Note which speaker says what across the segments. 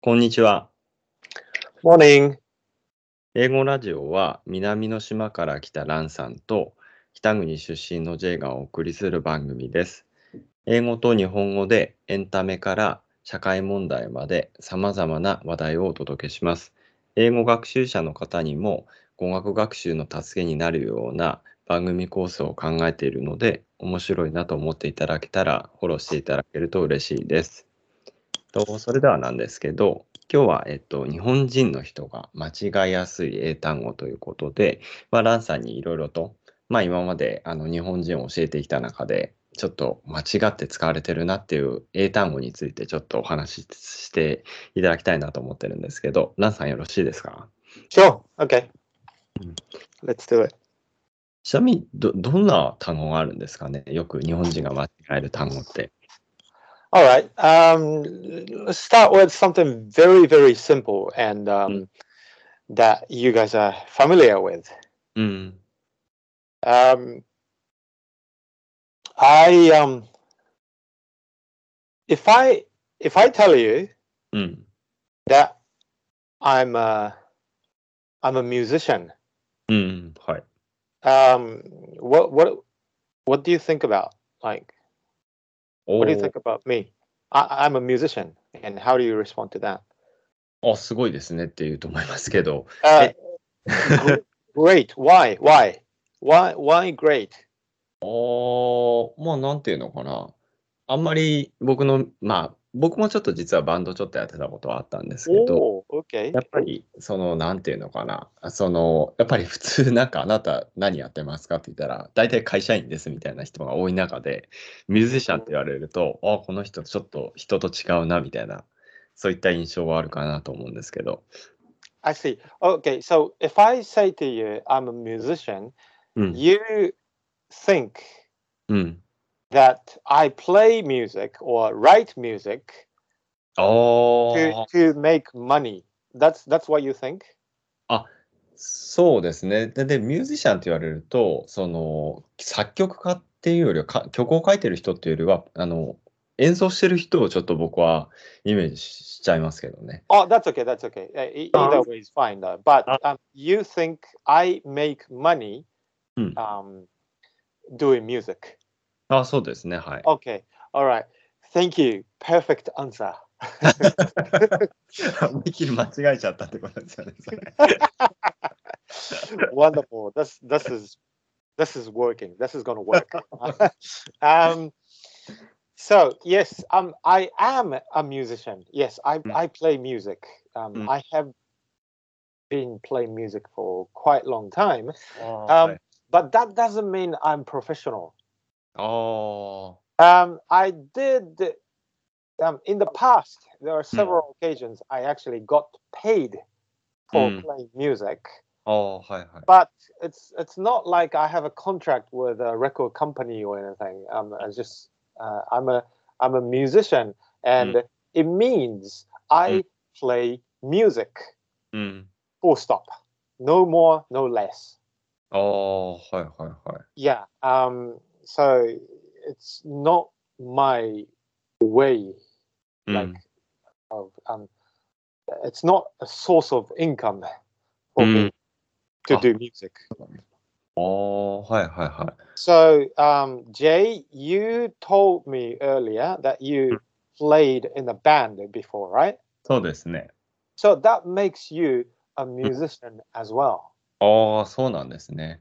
Speaker 1: こんにちは。
Speaker 2: Morning.
Speaker 1: 英語ラジオは南の島から来たランさんと北国出身の J がお送りする番組です。英語と日本語でエンタメから社会問題まで様々な話題をお届けします。英語学習者の方にも語学学習の助けになるような番組コースを考えているので面白いなと思っていただけたらフォローしていただけると嬉しいです。とそれではなんですけど今日は、えっと、日本人の人が間違いやすい英単語ということで、まあ、ランさんにいろいろと、まあ、今まであの日本人を教えてきた中でちょっと間違って使われてるなっていう英単語についてちょっとお話ししていただきたいなと思ってるんですけどランさんよろしいですか
Speaker 2: Sure. Okay.
Speaker 1: Mm.
Speaker 2: Let's do it.
Speaker 1: ちなみにどどんな単語があるんですかねよく日本人が間違える単語って。
Speaker 2: All right. Um, let's start with something very, very simple and um, that you guys are familiar with.
Speaker 1: うん。
Speaker 2: Um, I um, if I if I tell you
Speaker 1: うん。
Speaker 2: that I'm a I'm a musician,
Speaker 1: うん。はい。
Speaker 2: um, what what what do you think about like? What do you
Speaker 1: おー
Speaker 2: think about me? I, I'm a musician, and how do you respond to that?
Speaker 1: あ、すごいですねって言うと思いますけど。
Speaker 2: Uh, gr- great. Why? Why? Why? Why great?
Speaker 1: ああ、まあなんていうのかな。あんまり僕の、まあ僕もちょっと実はバンドちょっとやってたことはあったんですけど、
Speaker 2: Oh, okay.
Speaker 1: やっぱりそのなんていうのかな。そのやっぱり普通 なんかあなた何やってますかって言ったら大体会社員ですみたいな人が多い中で、ミュージシャンって言われると、あこの人ちょっと人と違うなみたいな、そういった印象はあるかなと思うんですけど。
Speaker 2: I see. Okay, so if I say to you, I'm a musician,
Speaker 1: うん。
Speaker 2: you think
Speaker 1: うん。
Speaker 2: that I play music or write music
Speaker 1: あ
Speaker 2: to,
Speaker 1: あ。
Speaker 2: to make money. That's that's what you think.
Speaker 1: そうですね。で、でミュージシャンって言われると、その作曲家っていうよりはか曲を書いてる人っていうよりは、あの演奏してる人をちょっと僕はイメージしちゃいますけどね。
Speaker 2: Oh, that's okay. That's okay. Uh, e-
Speaker 1: Uh,
Speaker 2: either way is fine. Though. But
Speaker 1: uh,
Speaker 2: um, you think I make money
Speaker 1: Mm.
Speaker 2: um, doing music?
Speaker 1: あ、そうですね。はい。
Speaker 2: Okay. All right. Thank you. Perfect answer.
Speaker 1: 思いっきり間違えちゃったってことですよね。それ
Speaker 2: Wonderful. This this is this is working. This is gonna work. um, so yes, um, I am a musician. Yes, I
Speaker 1: Mm.
Speaker 2: I play music. Um,
Speaker 1: Mm.
Speaker 2: I have been playing music for quite a long time.
Speaker 1: あ
Speaker 2: Um,
Speaker 1: ー
Speaker 2: but that doesn't mean I'm professional.
Speaker 1: あ
Speaker 2: Um, I did um, in the past. There are several occasions I actually got paid for
Speaker 1: Mm.
Speaker 2: playing
Speaker 1: ー、
Speaker 2: music,
Speaker 1: あーはいはい。
Speaker 2: but it's it's not like I have a contract with a record company or anything. Um, I just uh, I'm a I'm a musician, and it means I
Speaker 1: Mm.
Speaker 2: play music.
Speaker 1: うん。
Speaker 2: Full stop. No more, no less.
Speaker 1: ああ、はいはいはい。
Speaker 2: Yeah. Um, so it's not my way
Speaker 1: うん
Speaker 2: like of um, it's not a source of income for
Speaker 1: Mm.
Speaker 2: me to
Speaker 1: Ah.
Speaker 2: do music.
Speaker 1: ああ、はいはいはい。
Speaker 2: So um, Jay, you told me earlier that you played in a band before, right?
Speaker 1: そうですね。
Speaker 2: So that makes you a musician as well.
Speaker 1: ああ、そうなんですね。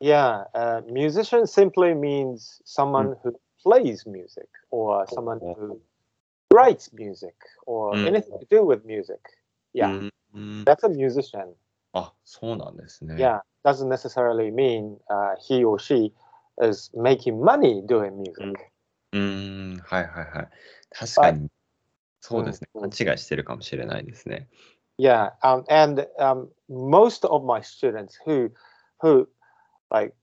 Speaker 2: Yeah, uh, musician simply means someone who plays music or someone who writes music or
Speaker 1: Mm.
Speaker 2: anything to do with music. Yeah,
Speaker 1: Hmm. うん。
Speaker 2: that's a musician.
Speaker 1: あ、そうなんですね。
Speaker 2: Yeah, doesn't necessarily mean uh, he or she is making money doing music.
Speaker 1: うーん、はいはいはい。確かに、そうですね。
Speaker 2: うん
Speaker 1: 勘違いしてるかもしれないですね。
Speaker 2: Yeah, um, and um, most of my students who who like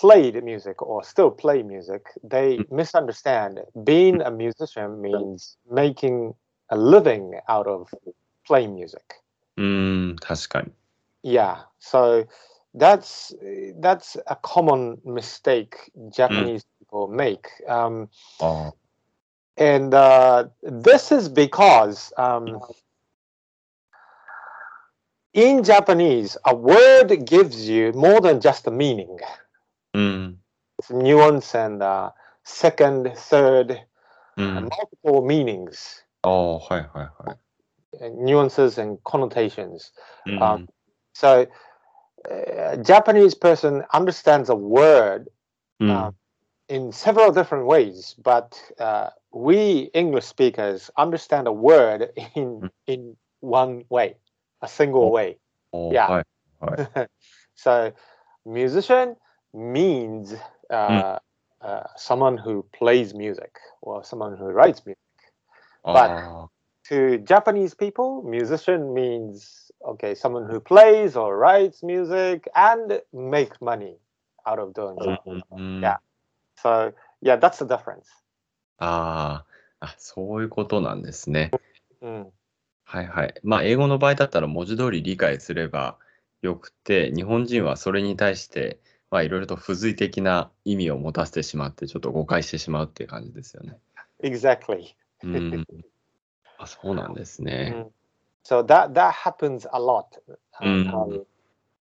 Speaker 2: played music or still play music, they
Speaker 1: Mm.
Speaker 2: misunderstand being a musician means making a living out of playing music.
Speaker 1: うーん、確かに。
Speaker 2: Yeah, so that's that's a common mistake Japanese people make. Um,
Speaker 1: あ
Speaker 2: and uh, this is because um, in Japanese, a word gives you more than just a meaning.
Speaker 1: うん。
Speaker 2: It's nuance and uh, second, third,
Speaker 1: う
Speaker 2: and
Speaker 1: ん。
Speaker 2: multiple meanings,
Speaker 1: ああ、はいはいは
Speaker 2: and nuances and connotations.
Speaker 1: い。うん。
Speaker 2: あ So, uh, a Japanese person understands a word
Speaker 1: うん。
Speaker 2: um, in several different ways, but uh, we English speakers understand a word in
Speaker 1: Mm.
Speaker 2: in one way, a single way.
Speaker 1: おー
Speaker 2: yeah.
Speaker 1: はい。
Speaker 2: So, musician means uh, uh, someone who plays music or someone who writes music.
Speaker 1: あ
Speaker 2: To Japanese people, musician means okay, someone who plays or writes music and make money out of doing
Speaker 1: あ
Speaker 2: it.
Speaker 1: うんうん。
Speaker 2: Yeah. So, yeah, that's the difference.
Speaker 1: あーあ、そういうことなんですね。
Speaker 2: Mm.
Speaker 1: はいはい。まあ、英語の場合だったら文字通り理解すればよくて、日本人はそれに対して、まあ、いろいろと付随的な意味を持たせてしまって、ちょっと誤解してしまうっていう感じですよね。
Speaker 2: Exactly.
Speaker 1: うん。あ、そうなんですね。
Speaker 2: Mm. So that that happens a lot um,
Speaker 1: Mm.
Speaker 2: um,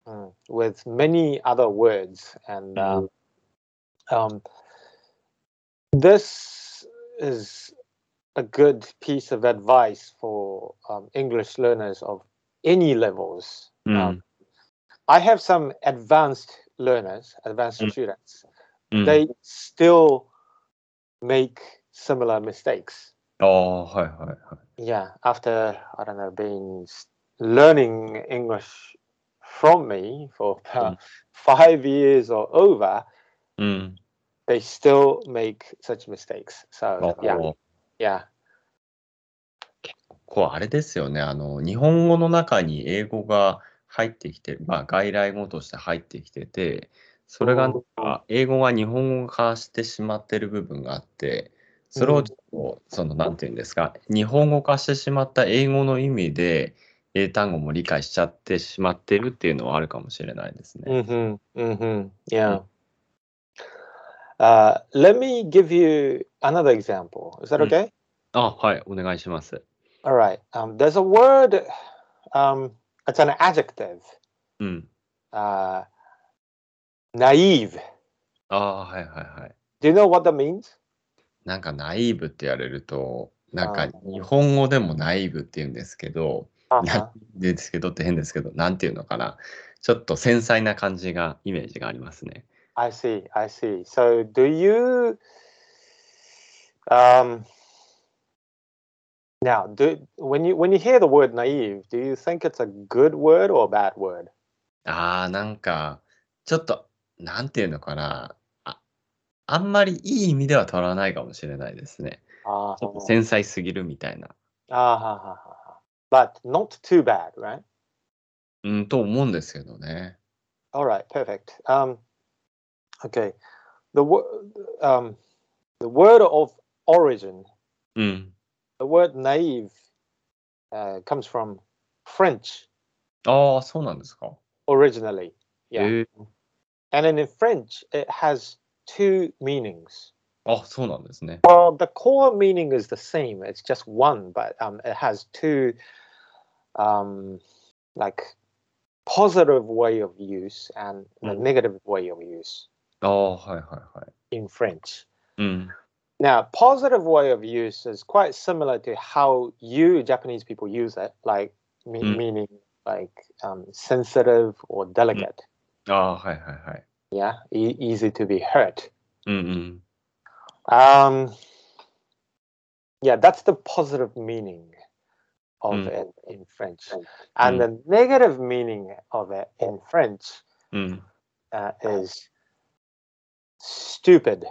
Speaker 2: mm, with many other words, and
Speaker 1: Mm.
Speaker 2: uh, um, this is a good piece of advice for um, English learners of any levels.
Speaker 1: う
Speaker 2: Um,
Speaker 1: ん。
Speaker 2: I have some advanced learners, advanced
Speaker 1: Mm.
Speaker 2: students.
Speaker 1: うん
Speaker 2: They still make similar mistakes.
Speaker 1: ああ、はいはいはい。
Speaker 2: yeah after i don't know being s- learning english from me for about five years or over
Speaker 1: うん。
Speaker 2: they still make such mistakes
Speaker 1: あ
Speaker 2: so yeah
Speaker 1: ー
Speaker 2: yeah
Speaker 1: こうあれですよね。あの、日本語の中に英語が入ってきて、まあ、外来語として入ってきてて、それがなんか、英語が日本語化してしまってる部分があって、それをちょっと、その、なんていうんですか、日本語化してしまった英語の意味で、英単語も理解しちゃってしまってるっていうのはあるかもしれないですね。
Speaker 2: mm-hmm mm-hmm yeah uh, let me give you another example is that
Speaker 1: Mm.
Speaker 2: okay
Speaker 1: あ、はい、お願いします。
Speaker 2: all right um, there's a word um, it's an adjective
Speaker 1: うん。
Speaker 2: uh, naive
Speaker 1: ああ、はいはいはい。
Speaker 2: do you know what that means
Speaker 1: なんかナイーブって言われると、なん
Speaker 2: あ
Speaker 1: か
Speaker 2: ー
Speaker 1: 日本語でもナイーブって言うんですけど、
Speaker 2: Uh-huh.
Speaker 1: ですけどって変ですけど、なんていうのかな。ちょっと繊細な感じが、イメージがありますね。
Speaker 2: I see, I see. So do you um now do when you when you hear the word naive, do you think it's a good word or a bad word?
Speaker 1: ああ、なんか、ちょっと、なんていうのかな。あ、あんまりいい意味では取らないかもしれないですね。
Speaker 2: Ah,
Speaker 1: ちょっと繊細すぎるみたいな。
Speaker 2: ah, ha, ha, ha, ha. but not too bad, right?
Speaker 1: うん、と思うんですけどね。
Speaker 2: All right, perfect. Um okay. The wo- um the word of origin,
Speaker 1: うん。
Speaker 2: the word naive uh, comes from French
Speaker 1: ああ、そうなんですか。
Speaker 2: originally.
Speaker 1: え
Speaker 2: Yeah.
Speaker 1: ー
Speaker 2: And then in French, it has two meanings.
Speaker 1: あ、そうなんですね。
Speaker 2: Well, the core meaning is the same. It's just one, but um, it has two, um, like positive way of use and the
Speaker 1: Mm.
Speaker 2: negative way of use
Speaker 1: ああ、はいはいはい。
Speaker 2: in French.
Speaker 1: うん。
Speaker 2: Now, positive way of use is quite similar to how you Japanese people use it, like me-
Speaker 1: Mm.
Speaker 2: meaning like um, sensitive or delicate.
Speaker 1: ああ、はいはいはい。
Speaker 2: Yeah, e- easy to be hurt.
Speaker 1: うんうん。
Speaker 2: Um, yeah, that's the positive meaning of
Speaker 1: Mm.
Speaker 2: it in French. And
Speaker 1: Mm.
Speaker 2: the negative meaning of it in French
Speaker 1: うん。
Speaker 2: uh, is stupid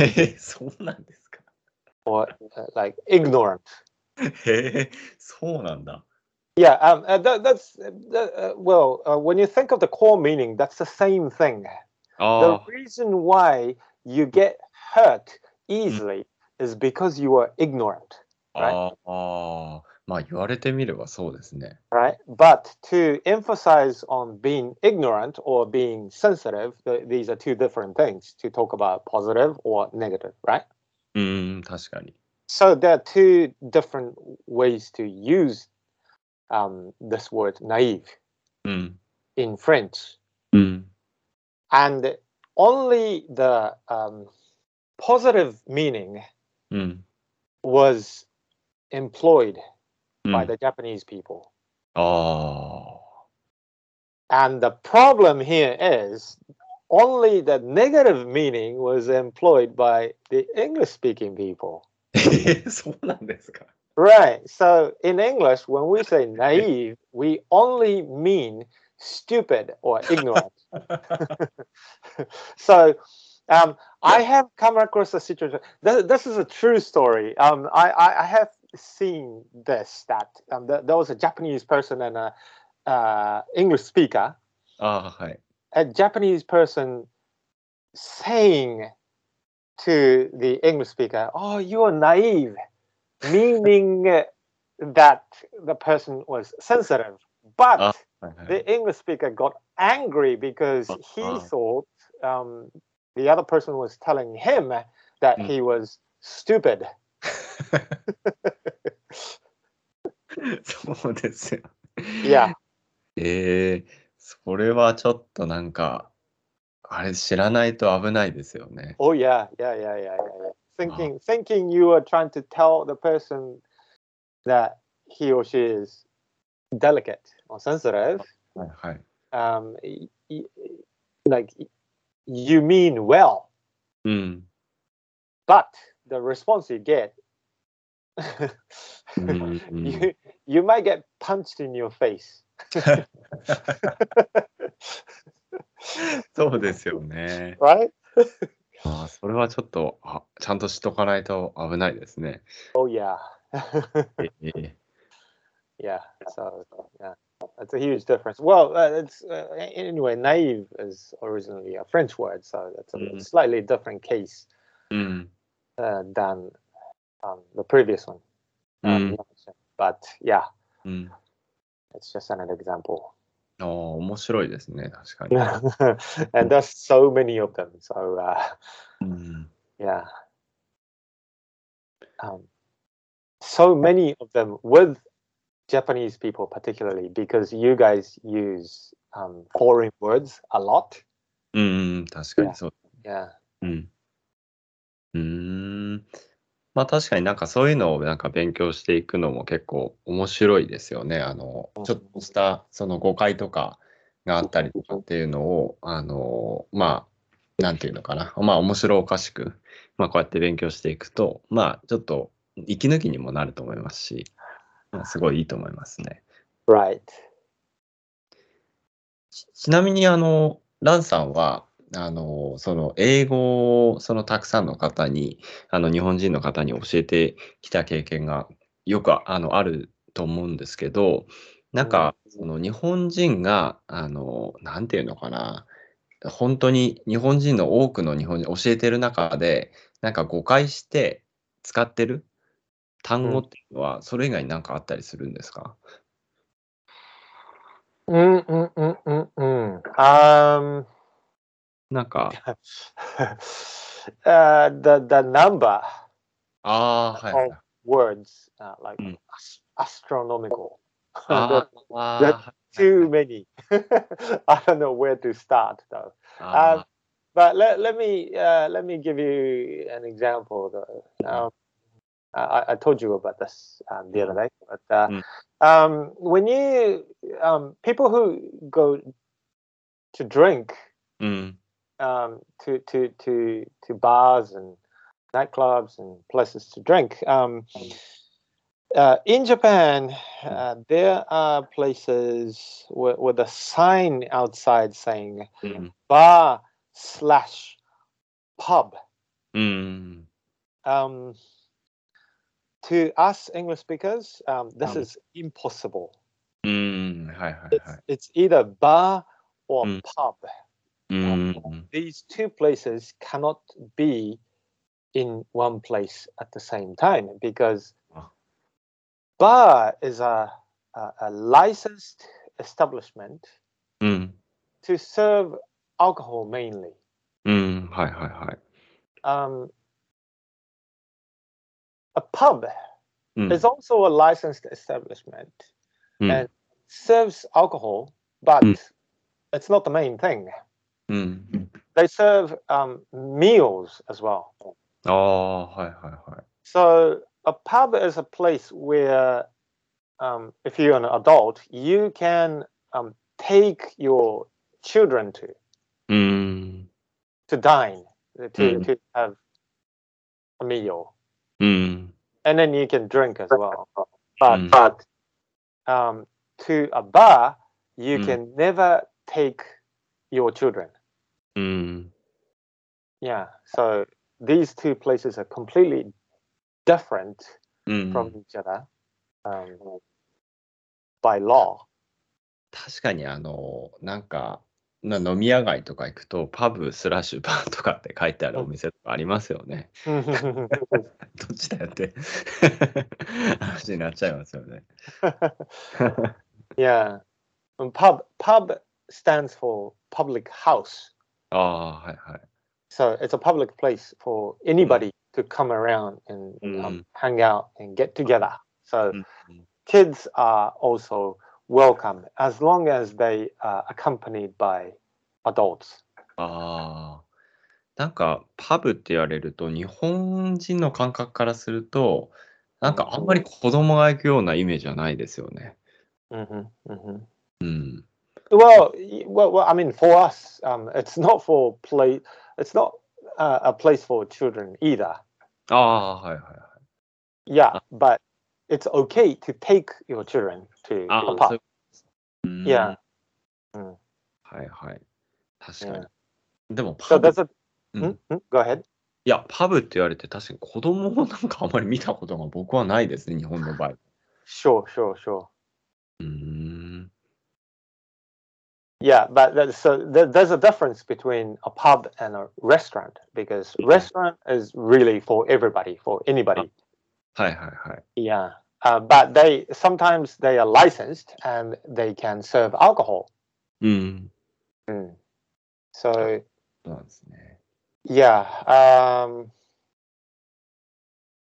Speaker 1: え、 そうなんですか。
Speaker 2: or uh, like ignorant.
Speaker 1: へえ、そうなんだ。
Speaker 2: Yeah, um, uh, that, that's uh, uh, well, uh, when you think of the core meaning, that's the same thing. The
Speaker 1: ああ、
Speaker 2: reason why you get hurt easily is because you are ignorant.
Speaker 1: あーあー、まあ言われてみればそうですね。
Speaker 2: right? But to emphasize on being ignorant or being sensitive, th- these are two different things to talk about positive or negative, right?
Speaker 1: うーん、確かに。
Speaker 2: So there are two different ways to use um, this word naive
Speaker 1: うん
Speaker 2: in French.
Speaker 1: うん。
Speaker 2: And only the um, positive meaning
Speaker 1: うん。
Speaker 2: was employed
Speaker 1: うん、
Speaker 2: by
Speaker 1: あ
Speaker 2: the Japanese people.
Speaker 1: あ
Speaker 2: And the problem here is only the negative meaning was employed by the English speaking people.
Speaker 1: ー。そうなんですか。
Speaker 2: Right. So in English, when we say naive, we only mean stupid or ignorant. so um, I have come across a situation. This, this is a true story. Um, I, I, I have seen this that um, th- there was a Japanese person and a uh, English speaker.
Speaker 1: ああ、はい。
Speaker 2: A Japanese person saying to the English speaker, "Oh, you are naive," meaning that the person was sensitive, but.
Speaker 1: Ah. はいはい、
Speaker 2: the English speaker got angry because he
Speaker 1: Uh-huh.
Speaker 2: thought um, the other person was telling him that
Speaker 1: Mm.
Speaker 2: he was stupid.
Speaker 1: そうですよ。
Speaker 2: いや。
Speaker 1: ええそれはちょっとなんか、あれ知らないと危ないですよね。
Speaker 2: Oh yeah, yeah, yeah, yeah, yeah. yeah. Thinking, thinking you are trying to tell the person that he or she is delicate or sensitive.
Speaker 1: はいはい。
Speaker 2: Um, y- y- like you mean well,
Speaker 1: うん。
Speaker 2: but the response you get.
Speaker 1: うんうんうん
Speaker 2: you you might get punched in your face.
Speaker 1: そうですよね。
Speaker 2: right?
Speaker 1: ああ、それはちょっとあちゃんとしとかないと危ないですね。
Speaker 2: Oh yeah,
Speaker 1: ええ
Speaker 2: yeah. So yeah, that's a huge difference. Well, uh, it's uh, a- anyway. Naive is originally a French word, so that's a
Speaker 1: Mhm.
Speaker 2: slightly different case
Speaker 1: うん。
Speaker 2: uh, than um, the previous one.
Speaker 1: う
Speaker 2: um,
Speaker 1: ん。
Speaker 2: But yeah,
Speaker 1: うん、
Speaker 2: it's just an example,
Speaker 1: ああ、面白いですね。確かに。
Speaker 2: and there's so many of them. So uh,
Speaker 1: うん。
Speaker 2: yeah, um, so many of them with Japanese people, particularly because you guys use um, foreign words a lot.
Speaker 1: うんうん、確かにそう。
Speaker 2: Yeah.
Speaker 1: うん。うーん。まあ確かになんかそういうのをなんか勉強していくのも結構面白いですよね。あの、ちょっとしたその誤解とかがあったりとかっていうのを、あの、まあ、なんていうのかな。まあ面白おかしく、まあこうやって勉強していくと、まあちょっと息抜きにもなると思いますし、まあすごいいいと思いますね。
Speaker 2: Right.
Speaker 1: ちちなみにあの、ランさんは、あの、その英語をそのたくさんの方に、あの日本人の方に教えてきた経験がよくあのあると思うんですけど、なんか、
Speaker 2: うん
Speaker 1: その日本人が、あの、なんていうのかな、本当に日本人の多くの日本人教えてる中で、なんか誤解して使ってる単語っていうのは、それ以外になんかあったりするんですか
Speaker 2: Mm, mm, mm, mm, mm. Um,
Speaker 1: なんか、
Speaker 2: uh, the the number
Speaker 1: ああ、はいはい。
Speaker 2: words uh, like
Speaker 1: Mm. Ah,
Speaker 2: as- astronomical.
Speaker 1: あ
Speaker 2: That's
Speaker 1: あ
Speaker 2: だ
Speaker 1: ー
Speaker 2: too many. I don't know where to start though.
Speaker 1: あー
Speaker 2: But let, let me uh, let me give you an example.
Speaker 1: Mm.
Speaker 2: Though. Um, I, I- I told you about this um, the other day. But uh,
Speaker 1: Mm.
Speaker 2: um, when you um, people who go to drink
Speaker 1: うん。
Speaker 2: um, to, to to to bars and nightclubs and places to drink. Um, uh, in Japan, uh, there are places with, with a sign outside saying
Speaker 1: うん。
Speaker 2: bar slash pub.
Speaker 1: うん。
Speaker 2: Um, to us English speakers, um, this
Speaker 1: Mm.
Speaker 2: is impossible.
Speaker 1: うん。はいはいは
Speaker 2: It's, it's either bar or
Speaker 1: Mm.
Speaker 2: pub.
Speaker 1: い。うん。
Speaker 2: these two places cannot be in one place at the same time because
Speaker 1: Ah.
Speaker 2: bar is a, a, a licensed establishment
Speaker 1: うん。
Speaker 2: to serve alcohol mainly.
Speaker 1: うん。はいはいはい。
Speaker 2: Um, a pub
Speaker 1: うん Hmm.
Speaker 2: is also a licensed establishment,
Speaker 1: うん
Speaker 2: And serves alcohol, but
Speaker 1: Mm.
Speaker 2: it's not the main thing.
Speaker 1: うん。
Speaker 2: They serve um, meals as well.
Speaker 1: ああ、はいはいはい。
Speaker 2: So a pub is a place where, um, if you're an adult, you can um, take your children to
Speaker 1: うーん。
Speaker 2: to dine uh, to
Speaker 1: Mm.
Speaker 2: to have a meal,
Speaker 1: うん。
Speaker 2: and then you can drink as well. But
Speaker 1: Mm.
Speaker 2: but um, to a bar, you
Speaker 1: Mm.
Speaker 2: can never take your children.
Speaker 1: うん。
Speaker 2: Yeah. So these two places are completely different
Speaker 1: うん。
Speaker 2: from each other um, by law.
Speaker 1: 確かにあの、なんか、な飲み屋街とか行くと、パブスラッシュバーとかって書いてあるお店とかありますよね。どっちだよって話になっちゃいますよね。
Speaker 2: yeah. And pub pub stands for public house.
Speaker 1: ああ、はいはい。
Speaker 2: So it's a public place for anybody to come around and um, hang out and get together. So
Speaker 1: Mm.
Speaker 2: kids are also welcome as long as they are accompanied by adults.
Speaker 1: ああ。なんか、パブって言われると、日本人の感覚からすると、なんかあんまり子供が行くようなイメージはないですよね。
Speaker 2: Mm-hmm, mm-hmm.
Speaker 1: うん。
Speaker 2: Well, y- well, well, I mean, for us, um, it's not for play. It's not uh, a place for children either.
Speaker 1: ああ、はいはいはい。
Speaker 2: Yeah, but it's okay to take your children to
Speaker 1: あ
Speaker 2: the
Speaker 1: あ、そういうこ
Speaker 2: pub.
Speaker 1: とうん
Speaker 2: Yeah. Mm.
Speaker 1: はいはい。確かに
Speaker 2: Yeah.。
Speaker 1: でも、
Speaker 2: So
Speaker 1: パブ、い
Speaker 2: that's a.
Speaker 1: Mm.
Speaker 2: Mm, mm, go ahead.
Speaker 1: や、パブって言われて、確かに子供をなんかあまり見たことが僕はないですね、日本の場合。う
Speaker 2: Sure, sure, sure.
Speaker 1: ーん。
Speaker 2: Yeah, but that's, so there, there's a difference between a pub and a restaurant because
Speaker 1: Mhm.
Speaker 2: restaurant is really for everybody, for anybody.
Speaker 1: はいはいはい。
Speaker 2: Yeah, uh, but they sometimes they are licensed and they can serve alcohol.
Speaker 1: うん。
Speaker 2: Mm.
Speaker 1: そ
Speaker 2: So
Speaker 1: うなんですね。
Speaker 2: yeah, um,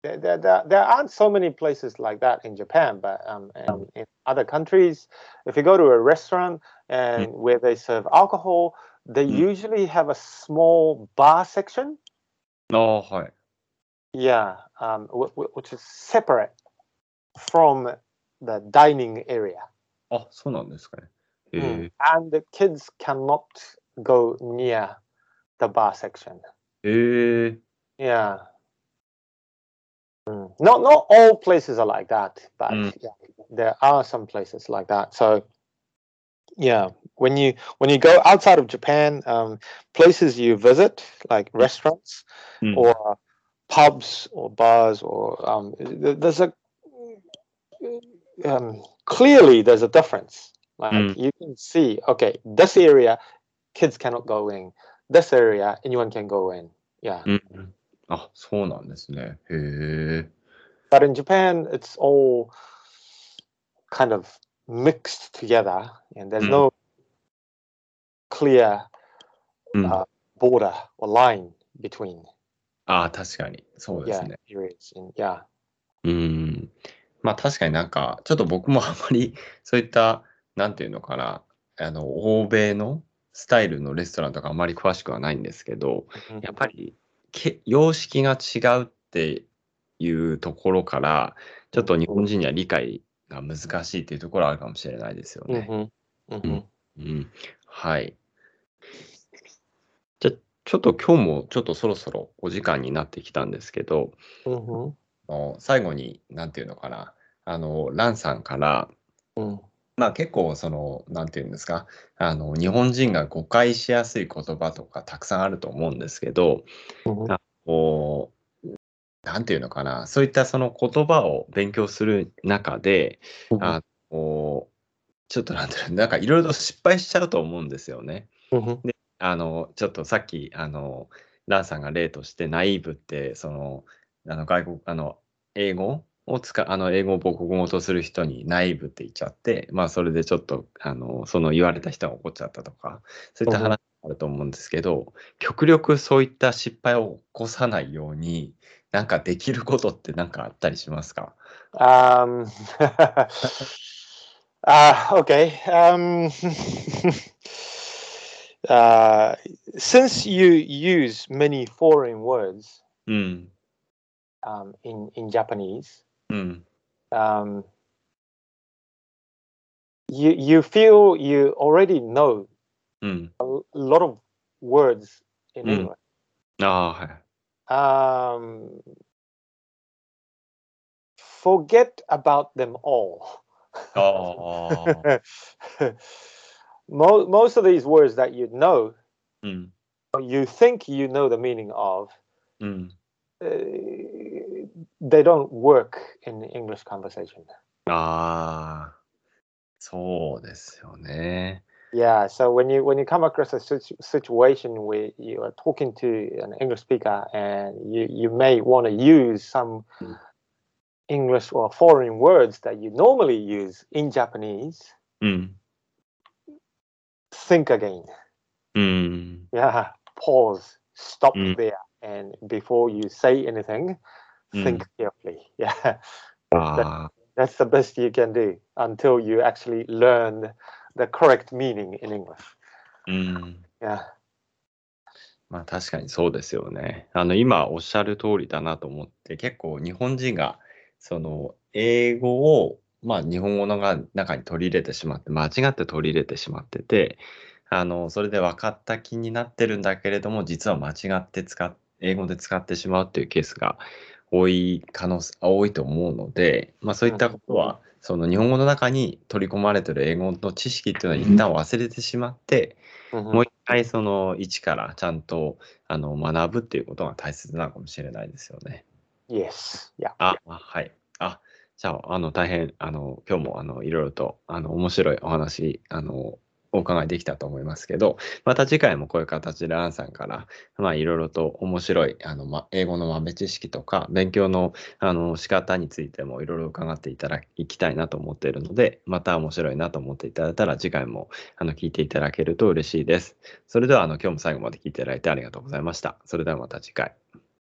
Speaker 2: there, there, there, there aren't so many places like that in Japan, but um, in, in other countries, if you go to a restaurant and where they serve alcohol, they
Speaker 1: Mm.
Speaker 2: usually have a small bar section.
Speaker 1: ああ、はい。
Speaker 2: Yeah, um, w- w- which is separate from the dining area,
Speaker 1: あ、そうなんですかね。へ
Speaker 2: Mm.
Speaker 1: え
Speaker 2: and the kids cannot go near the bar section.
Speaker 1: へえ
Speaker 2: Yeah. Mm. Not not all places are like that, but
Speaker 1: Mm.
Speaker 2: yeah, there are some places like that. So yeah, when you when you go outside of Japan, um, places you visit like
Speaker 1: Mm.
Speaker 2: restaurants
Speaker 1: うん。
Speaker 2: or pubs or bars or um, th- there's a um, clearly there's a difference. Like
Speaker 1: Mm.
Speaker 2: you can see, okay, this area kids cannot go in. This area anyone can go in. Yeah.
Speaker 1: うん、あ、そうなんですね。へえ。
Speaker 2: but in Japan, it's all kind of mixed together, and there's
Speaker 1: Mm.
Speaker 2: no clear
Speaker 1: うん、
Speaker 2: あ border or line between
Speaker 1: ああ、確かに。そうです
Speaker 2: yeah
Speaker 1: ね。
Speaker 2: periods. And yeah,
Speaker 1: うん。まあ確かになんか、ちょっと僕もあんまり、そういった、なんていうのかな、あの、欧米のスタイルのレストランとかあまり詳しくはないんですけど、
Speaker 2: Mm-hmm.
Speaker 1: やっぱり、け様式が違うっていうところから、ちょっと日本人には理解が難しいっていうところはあるかもしれないですよね。
Speaker 2: Mhm, mhm.
Speaker 1: うん、はい。じゃ、ちょっと今日もちょっとそろそろお時間になってきたんですけど、
Speaker 2: Mhm,
Speaker 1: あの最後に、なんていうのかな、あの、ランさんから、
Speaker 2: mm.
Speaker 1: まあ結構その、なんていうんですか、あの、日本人が誤解しやすい言葉とかたくさんあると思うんですけど、
Speaker 2: Mhm.
Speaker 1: こう、なんていうのかな、そういったその言葉を勉強する中で、あこうちょっとなんていうの、なんかいろいろと失敗しちゃうと思うんですよね。
Speaker 2: Mhm.
Speaker 1: あの、ちょっとさっき、あの、ランさんが例として、ナイーブって、その、あの、外国、あの、英語を使う、あの、英語を母国語とする人にナイーブって言っちゃって、まあ、それでちょっと、あの、その言われた人が怒っちゃったとか、そういった
Speaker 2: うんうん
Speaker 1: 話あると思うんですけど、極力そういった失敗を起こさないように、なんかできることってなんかあったりしますか
Speaker 2: Um, Uh, okay. Um, uh, since you use many foreign words
Speaker 1: うん
Speaker 2: um, in, in Japanese,
Speaker 1: うん
Speaker 2: um, you, you feel you already know
Speaker 1: うん
Speaker 2: a lot of words in
Speaker 1: Mm.
Speaker 2: English.
Speaker 1: ああはい
Speaker 2: Um, forget about them all.
Speaker 1: ああ
Speaker 2: Mo- most of these words that you know,
Speaker 1: うん、
Speaker 2: or you think you know the meaning of,
Speaker 1: うん、
Speaker 2: uh, they don't work in English conversation.
Speaker 1: ああそうですよね
Speaker 2: Yeah, so when you when you come across a situ- situation where you are talking to an English speaker and you you may want to use some
Speaker 1: Mm.
Speaker 2: English or foreign words that you normally use in Japanese,
Speaker 1: うん、
Speaker 2: think again.
Speaker 1: うん、
Speaker 2: Yeah, pause, stop
Speaker 1: Mm.
Speaker 2: there, and before you say anything, think carefully. Yeah,
Speaker 1: ああ
Speaker 2: that's the best you can do until you actually learn the correct meaning in English.
Speaker 1: うん。
Speaker 2: Yeah.
Speaker 1: まあ確かにそうですよね。あの今おっしゃる通りだなと思って結構日本人がその英語をまあ日本語のが中に取り入れてしまって間違って取り入れてしまっててあのそれで分かった気になってるんだけれども実は間違って使っ英語で使ってしまうというケースが多い可能性多いと思うので、まあ、そういったことはその日本語の中に取り込まれてる英語の知識っていうのは一旦忘れてしまって、
Speaker 2: Mhm.
Speaker 1: もう一回その一からちゃんとあの学ぶっていうことが大切なのかもしれないですよね。
Speaker 2: Yes. Yeah.
Speaker 1: あ、あはい。あ、じゃあ、あの、大変、あの、今日も、あの、いろいろと、あの、面白いお話、あの、お伺いできたと思いますけど、また次回もこういう形でアンさんから、まあ、いろいろと面白い、あの、ま、英語の豆知識とか、勉強の、あの、仕方についてもいろいろ伺っていただきたいなと思っているので、また面白いなと思っていただいたら、次回も、あの、聞いていただけると嬉しいです。それでは、あの、今日も最後まで聞いていただいてありがとうございました。それではまた次回。